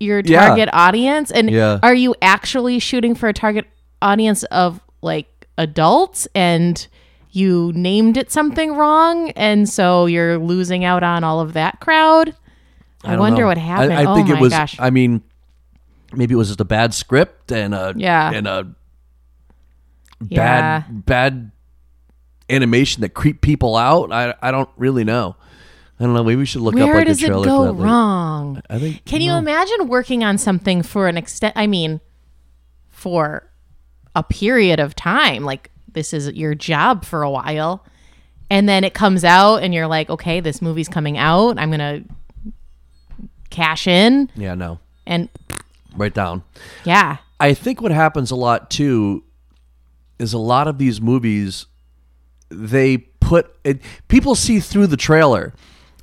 B: your
A: Yeah.
B: target audience and
A: Yeah.
B: are you actually shooting for a target audience of like adults and you named it something wrong and so you're losing out on all of that crowd? I,
A: don't
B: wonder
A: know.
B: what happened.
A: I, I
B: oh
A: think
B: my
A: it was
B: gosh.
A: i mean maybe it was just a bad script and a
B: Yeah.
A: and a
B: Yeah.
A: bad bad animation that creep people out i i don't really know i don't know maybe we should look up
B: Where
A: like
B: does
A: a
B: it
A: trailer for
B: go
A: that later.
B: wrong?
A: i think
B: Can you imagine working on something for an extent? I mean, for a period of time, like this is your job for a while, and then it comes out, and you're like, okay, this movie's coming out. I'm gonna cash in,
A: yeah no
B: and
A: right down.
B: yeah,
A: I think what happens a lot too is a lot of these movies they put it, people see through the trailer.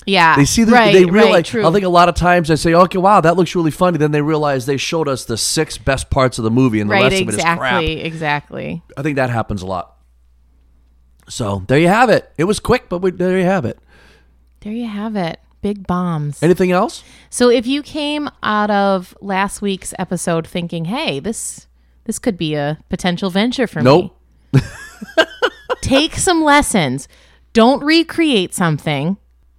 B: yeah,
A: They see the
B: right,
A: they
B: right,
A: realize
B: true.
A: I think a lot of times they say, "Okay, wow, that looks really funny." Then they realize they showed us the six best parts of the movie and the
B: right,
A: rest of it is
B: exactly, exactly.
A: crap. I think that happens a lot. So, there you have it. It was quick, but we, there you have it.
B: There you have it. Big bombs.
A: Anything else?
B: So if you came out of last week's episode thinking, "Hey, this this could be a potential venture for me."
A: Nope.
B: Take some lessons. Don't recreate something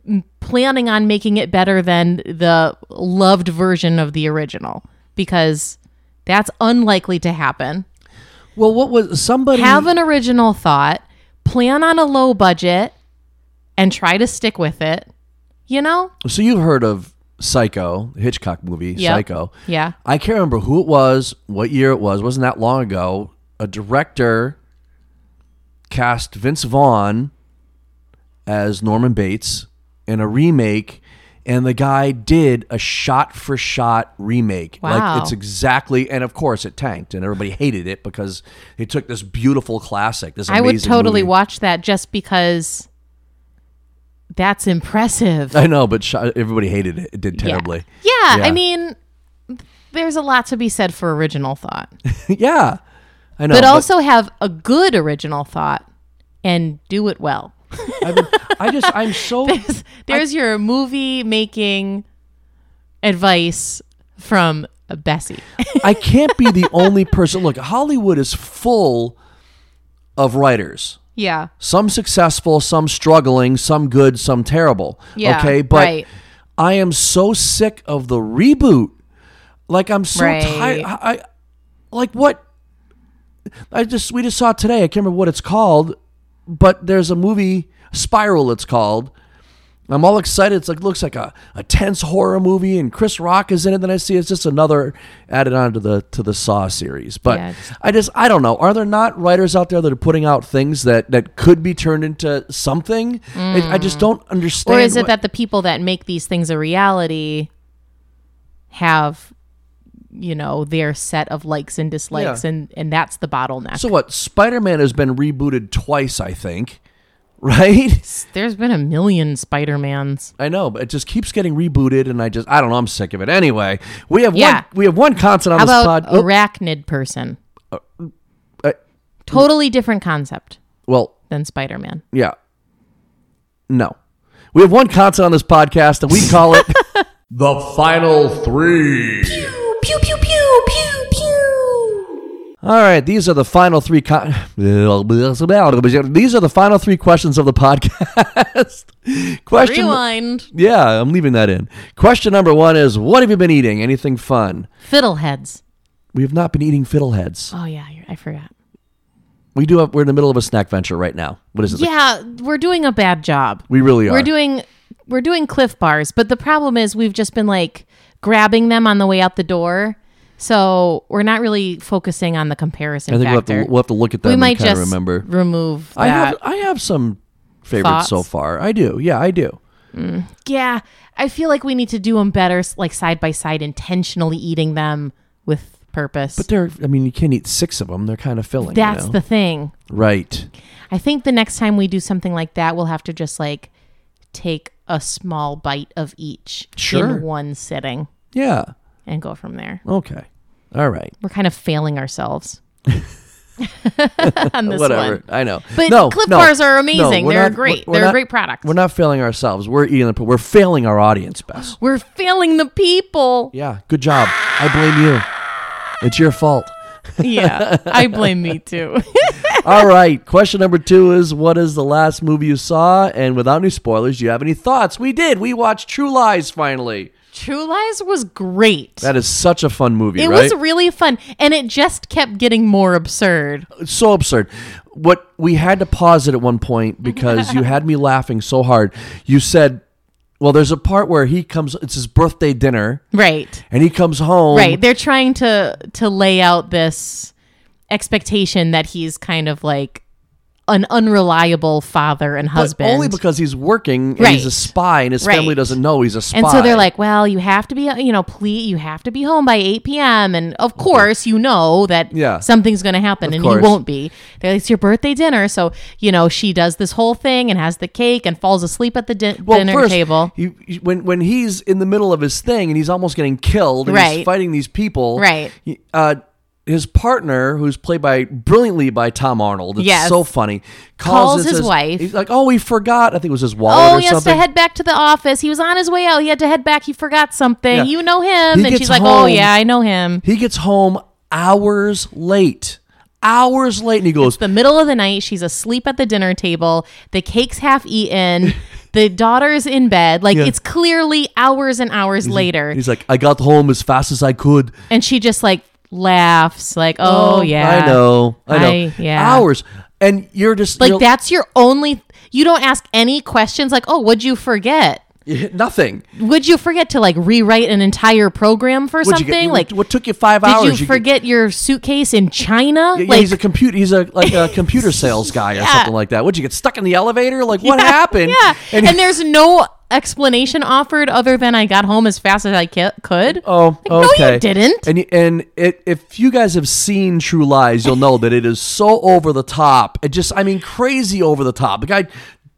B: m- planning on making it better than the loved version of the original because that's unlikely to happen.
A: Well, what was somebody
B: Have an original thought, plan on a low budget and try to stick with it. You know?
A: So you've heard of Psycho, the Hitchcock movie,
B: Yep.
A: Psycho.
B: Yeah.
A: I can't remember who it was, what year it was. wasn't that long ago. A director cast Vince Vaughn as Norman Bates in a remake, and the guy did a shot-for-shot remake.
B: Wow.
A: Like it's exactly, and of course it tanked, and everybody hated it because they took this beautiful classic. This
B: I would
A: amazing
B: totally
A: movie.
B: watch that just because that's impressive.
A: I know, but shot, everybody hated it. It did terribly.
B: Yeah,
A: Yeah.
B: I mean, there's a lot to be said for original thought,
A: Yeah, I know.
B: but also have a good original thought and do it well.
A: I, mean, I just I'm so
B: There's your movie making advice from Bessie.
A: I can't be the only person. Look, Hollywood is full of writers.
B: yeah.
A: Some successful, some struggling, some good, some terrible.
B: Yeah,
A: okay, but
B: right.
A: I am so sick of the reboot. Like I'm so
B: Right.
A: tired. I, I like what I just we just saw today. I can't remember what it's called, but there's a movie Spiral. It's called. I'm all excited. It's like looks like a, a tense horror movie, and Chris Rock is in it. Then I see it's just another added on to the to the Saw series. But
B: Yeah, it's-
A: I just I don't know. Are there not writers out there that are putting out things that that could be turned into something? I, I just don't understand.
B: Mm. Or is it
A: what-
B: that the people that make these things a reality have, you know, their set of likes and dislikes,
A: Yeah.
B: and and that's the bottleneck.
A: so? What Spider Man has been rebooted twice, I think. Right?
B: There's been a million Spider Mans.
A: I know, but it just keeps getting rebooted, and I just I don't know. I'm sick of it. Anyway, we have
B: Yeah.
A: one we have one constant on
B: How
A: this
B: about
A: pod. Oh,
B: arachnid person?
A: uh,
B: totally different concept
A: Oh, well,
B: than Spider Man.
A: Yeah. No. We have one constant on this podcast, and we call it The final three.
B: Pew, pew, pew, pew, pew, pew.
A: All right, these are the final three. Con- these are the final three questions of the podcast. Question.
B: Rewind.
A: Yeah, I'm leaving that in. Question number one is: What have you been eating? Anything fun?
B: Fiddleheads.
A: We have not been eating fiddleheads.
B: Oh, yeah, you're- I forgot.
A: We do. Have, we're in the middle of a snack venture right now. What is it?
B: Yeah, we're doing a bad job.
A: We really are.
B: We're doing we're doing cliff bars, but the problem is we've just been like grabbing them on the way out the door. So we're not really focusing on the comparison
A: I think we'll have,
B: factor.
A: to, we'll have to look at them.
B: we
A: and
B: might
A: kinda
B: just
A: remember.
B: remove that.
A: I have. I have some favorites
B: Thoughts?
A: so far. I do. Yeah, I do.
B: yeah, I feel like we need to do them better, s- like side by side, intentionally eating them with purpose.
A: But they're. I mean, you can't eat six of them. They're kind of filling. you
B: That's
A: know?
B: the thing.
A: right.
B: I think the next time we do something like that, we'll have to just like take a small bite of each
A: Sure.
B: in one sitting
A: Yeah.
B: and go from there.
A: Okay. All right.
B: we're kind of failing ourselves on this
A: Whatever.
B: one.
A: I know.
B: But
A: no,
B: clip
A: no,
B: bars are
A: no,
B: amazing.
A: we're
B: They're
A: not-
B: great.
A: we're
B: They're
A: not-
B: a great product.
A: We're
B: We're,
A: not failing ourselves. We're eating. the- We're failing our audience, Bess.
B: failing the people.
A: Yeah. Good job. I blame you. It's your fault.
B: yeah, I blame me too.
A: All right. Question number two is What is the last movie you saw? And without any spoilers, do you have any thoughts? We did. We watched True Lies finally.
B: True Lies was great.
A: That is such a fun movie,
B: it
A: right?
B: was really fun, and it just kept getting more absurd.
A: It's so absurd. What we had to pause it at one point because you had me laughing so hard. You said, Well, there's a part where he comes, it's his birthday dinner,
B: Right,
A: and he comes home.
B: right. They're trying to to lay out this expectation that he's kind of like an unreliable father and
A: But
B: husband.
A: only because he's working and he's a
B: Right.
A: spy and his family
B: Right.
A: doesn't know he's a spy.
B: And so they're like, well, you have to be, you know, please, you have to be home by 8 p.m. And of course, you know that
A: Yeah.
B: something's going to happen and
A: course.
B: you won't be. They're like, it's your birthday dinner. So, you know, she does this whole thing and has the cake and falls asleep at the din- dinner table.
A: he- he- when when he's in the middle of his thing and he's almost getting killed, and he's
B: Right.
A: fighting these people,
B: Right.
A: he- uh, his partner, who's played by brilliantly by Tom Arnold, it's
B: Yes.
A: so funny,
B: Calls
A: us
B: his
A: as-
B: wife.
A: He's like, "Oh, we forgot. I think it was his wallet
B: Oh,
A: or
B: he has
A: something."
B: to head back to the office. He was on his way out. He had to head back. He forgot something.
A: Yeah.
B: You know him.
A: He
B: and
A: gets
B: she's like, oh,
A: home.
B: yeah, I know him.
A: he gets home hours late, hours late, and he goes,
B: the middle of the night. She's asleep at the dinner table. The cake's half eaten. the daughter's in bed. Like,
A: Yeah.
B: it's clearly hours and hours later.
A: "He's like, I got home as fast as I could."
B: And she just like laughs, like, "Oh, yeah,
A: I know, I know,
B: I- yeah.
A: hours, and you're just
B: Like
A: you're-
B: that's your only. You don't ask any questions. Like, oh, would you forget?
A: nothing.
B: Would you forget to like rewrite an entire program for
A: What'd you
B: something?
A: get- you-
B: like,
A: what took you five
B: did
A: hours?
B: you
A: get-
B: forget your suitcase in China?
A: Yeah, yeah,
B: like,
A: he's a computer. He's a like a computer sales guy or something like that. Would you get stuck in the elevator? Like what happened?
B: yeah.
A: And,
B: And, there's no explanation offered other than I got home as fast as I ca- could.
A: oh,
B: no,
A: okay.
B: you didn't.
A: And you- and it, if you guys have seen True Lies, you'll know that it is so over the top. It just, I mean, crazy over the top. The guy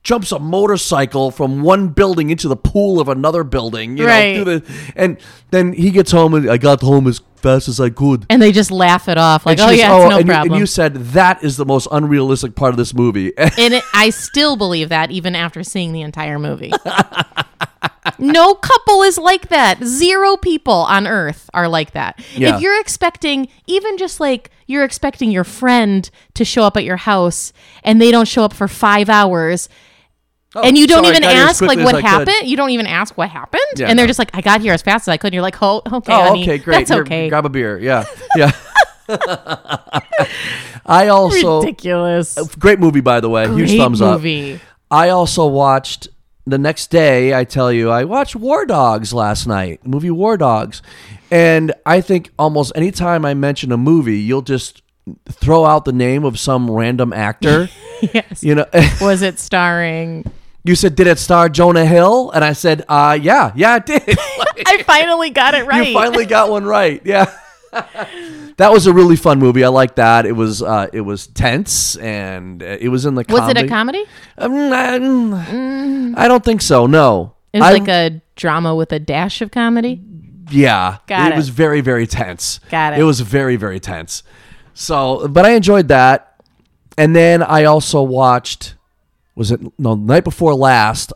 A: jumps a motorcycle from one building into the pool of another building. You
B: Right.
A: Know, through the, and then he gets home and I got home as fast as I could.
B: And they just laugh it off, like,
A: And she
B: "Oh
A: was-
B: yeah, it's no
A: and, you-
B: problem."
A: and you said that is the most unrealistic part of this movie.
B: And it, I still believe that even after seeing the entire movie. no couple is like that. Zero people on earth are like that.
A: Yeah.
B: If you're expecting, even just like you're expecting your friend to show up at your house and they don't show up for five hours. and you don't
A: Oh, sorry,
B: even
A: got here as
B: ask like
A: quickly as
B: what
A: I could.
B: happened. You don't even ask what happened,
A: Yeah,
B: and they're
A: no.
B: just like, "I got here as fast as I could." And you're like, "Oh, okay,
A: Oh,
B: honey,
A: okay, great.
B: that's
A: Here,
B: okay."
A: grab a beer. Yeah, yeah. I also
B: Ridiculous.
A: great movie by the way. Huge
B: Great
A: thumbs
B: movie.
A: up. I also watched the next day. I tell you, I watched War Dogs last night. The movie War Dogs, and I think almost any time I mention a movie, you'll just throw out the name of some random actor.
B: Yes.
A: you know,
B: Was it starring?
A: you said, "Did it star Jonah Hill?" And I said, "Uh, yeah, yeah, it did."
B: I finally got it right.
A: You finally got one right. Yeah. that was a really fun movie. I like that. It was uh, it was tense and uh, it was in the
B: was
A: comedy.
B: it a comedy?
A: Um, I, mm, I don't think so. No.
B: It was
A: I- Mm-hmm.
B: like a drama with a dash of comedy.
A: yeah.
B: Got it.
A: was very very tense.
B: Got it.
A: It was very very tense. So, but I enjoyed that. And then I also watched was it no night before last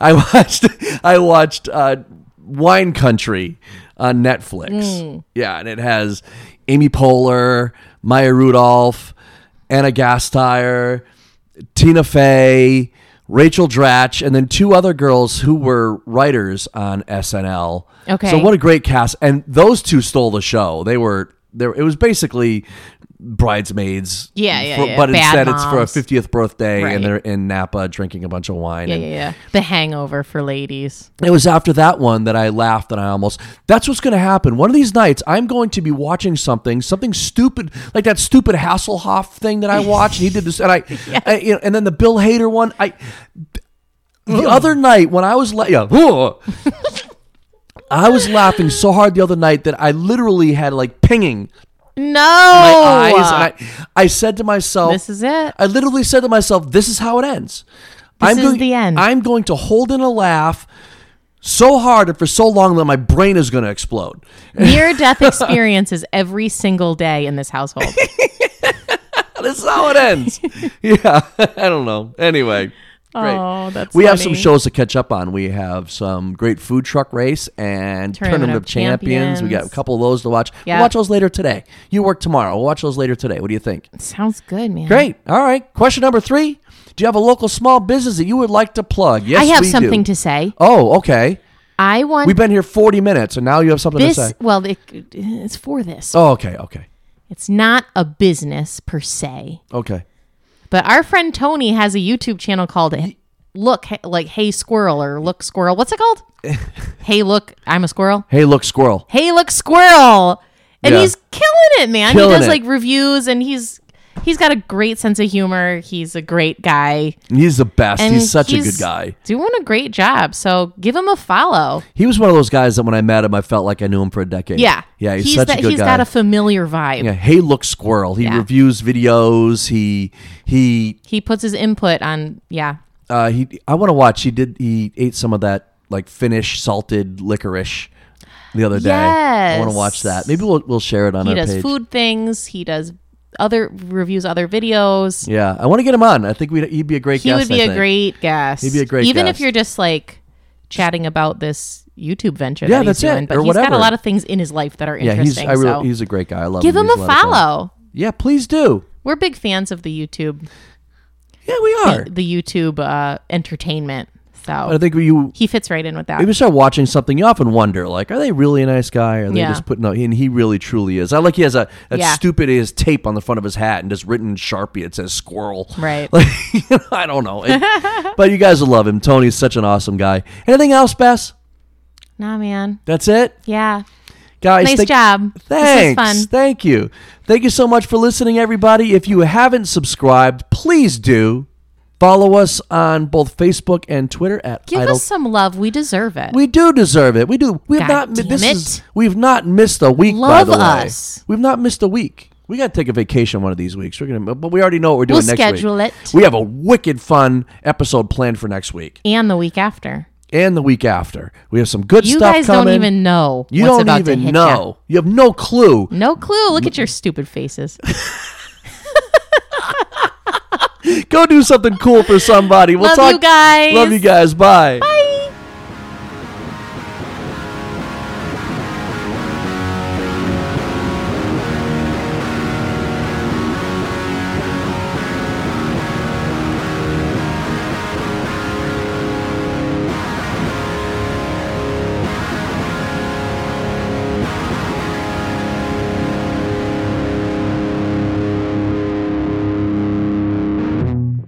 A: I watched I watched uh Wine Country on Netflix.
B: Hmm.
A: Yeah, and it has Amy Poehler, Maya Rudolph, Anna Gasteyer, Tina Fey, Rachel Dratch, and then two other girls who were writers on SNL.
B: Okay.
A: So what a great cast! And those two stole the show. They were there. It was basically bridesmaids.
B: Yeah, yeah,
A: for-
B: yeah.
A: But
B: Bad
A: instead, it's for a
B: moms.
A: 50th birthday,
B: Right.
A: and they're in Napa drinking a bunch of wine.
B: Yeah,
A: and
B: yeah, yeah. The hangover for ladies.
A: it was after that one that I laughed and I almost. That's what's going to happen. One of these nights, I'm going to be watching something, something stupid, like that stupid Hasselhoff thing that I watched. and he did this, and I, I- you know, and then the Bill Hader one. I the other night when I was la- yeah, ugh. I was laughing so hard the other night that I literally had like pinging
B: No.
A: my eyes. And I, I said to myself,
B: Oh, uh. this is it.
A: I literally said to myself, "This is how it ends. This
B: is the end.
A: I'm going to hold in a laugh so hard and for so long that my brain is going to explode."
B: Near death experiences every single day in this household.
A: This is how it ends. yeah, I don't know. Anyway, great.
B: Oh, that's
A: we have some
B: funny.
A: shows to catch up on. We have some great food truck race and tournament, of, champions. We got a
B: Champions.
A: couple of those to watch.
B: Yeah.
A: We'll watch those later today. You work tomorrow. We'll watch those later today. What do you think?
B: Sounds good, man.
A: Great. All right. Question number three. Do you have a local small business that you would like to plug? Yes,
B: I have
A: we do.
B: something to say.
A: Oh, okay.
B: I want
A: We've been here 40 minutes and now you have something to
B: this.
A: say.
B: Well, it, it's for this.
A: Oh, okay, okay.
B: It's not a business per se,
A: Okay.
B: but our friend Tony has a YouTube channel called Look Hey- like Hey Squirrel or Look Squirrel. What's it called? hey, look, I'm a squirrel.
A: Hey, look squirrel.
B: Hey, look Squirrel, and
A: Yeah.
B: he's killing it, man.
A: Killing
B: he does
A: it.
B: like reviews, and he's he's got a great sense of humor. He's a great guy.
A: He's the best.
B: And
A: he's such a good guy.
B: Doing a great job. So give him a follow.
A: He was one of those guys that when I met him I felt like I knew him for a decade.
B: Yeah.
A: Yeah, he's, such
B: that,
A: a good
B: he's
A: guy.
B: got a familiar vibe.
A: yeah, hey look squirrel. He
B: Yeah.
A: reviews videos. He he
B: He puts his input on yeah.
A: uh he I want to watch. He did he ate some of that like Finnish salted licorice the other day. I want to
B: Yes.
A: watch that. Maybe we'll we'll share it on
B: He
A: our
B: does
A: page.
B: food things. He does other reviews, other videos.
A: Yeah, I want to get him on. I think we he'd be a great
B: He
A: guest.
B: would be
A: I
B: a
A: think.
B: great guest.
A: He'd be a great
B: even
A: guest.
B: if you're just like chatting about this YouTube venture.
A: Yeah,
B: that
A: that's
B: he's
A: it,
B: doing. But
A: or
B: he's got
A: whatever.
B: a lot of things in his life that are
A: Yeah, he's
B: interesting.
A: I really,
B: so
A: he's a great guy. I love
B: give
A: him
B: him
A: He's
B: a
A: lot of fun.
B: follow.
A: Yeah, please do.
B: We're big fans of the YouTube,
A: Yeah, we are.
B: the YouTube uh, entertainment.
A: I
B: So
A: think you
B: he fits right in with that.
A: if you start watching something, you often wonder, like, are they really a nice guy? Are they
B: Yeah.
A: just putting up? And he really, truly is. I like he has a that
B: Yeah.
A: stupid his tape on the front of his hat and just written in sharpie. It says squirrel.
B: Right.
A: Like, you know, I don't know. It- but you guys will love him. Tony's such an awesome guy. Anything else, Bess?
B: Nah, man.
A: That's it,
B: Yeah.
A: guys.
B: Nice
A: thank-
B: job.
A: Thanks.
B: This is fun.
A: Thank you. Thank you so much for listening, everybody. If you haven't subscribed, please do. Follow us on both Facebook and Twitter at
B: Give
A: Idle.
B: us some love. We deserve it.
A: we do deserve it. We do. We have
B: God
A: not. mi-
B: damn
A: This
B: it.
A: is. We've not missed a week.
B: Love
A: by the way.
B: us.
A: We've not missed a week. We got to take a vacation one of these weeks. We're gonna, but we already know what we're doing
B: We'll
A: next
B: schedule
A: week.
B: it.
A: We have a wicked fun episode planned for next week
B: and the week after.
A: and the week after. We have some good
B: You
A: stuff
B: guys
A: coming.
B: don't even know.
A: You
B: what's
A: don't
B: about to
A: even
B: hit ya.
A: know. You have no clue.
B: No clue. Look at your stupid faces.
A: Go do something cool for somebody. We'll
B: Love
A: talk.
B: you guys.
A: Love you guys. Bye. Bye.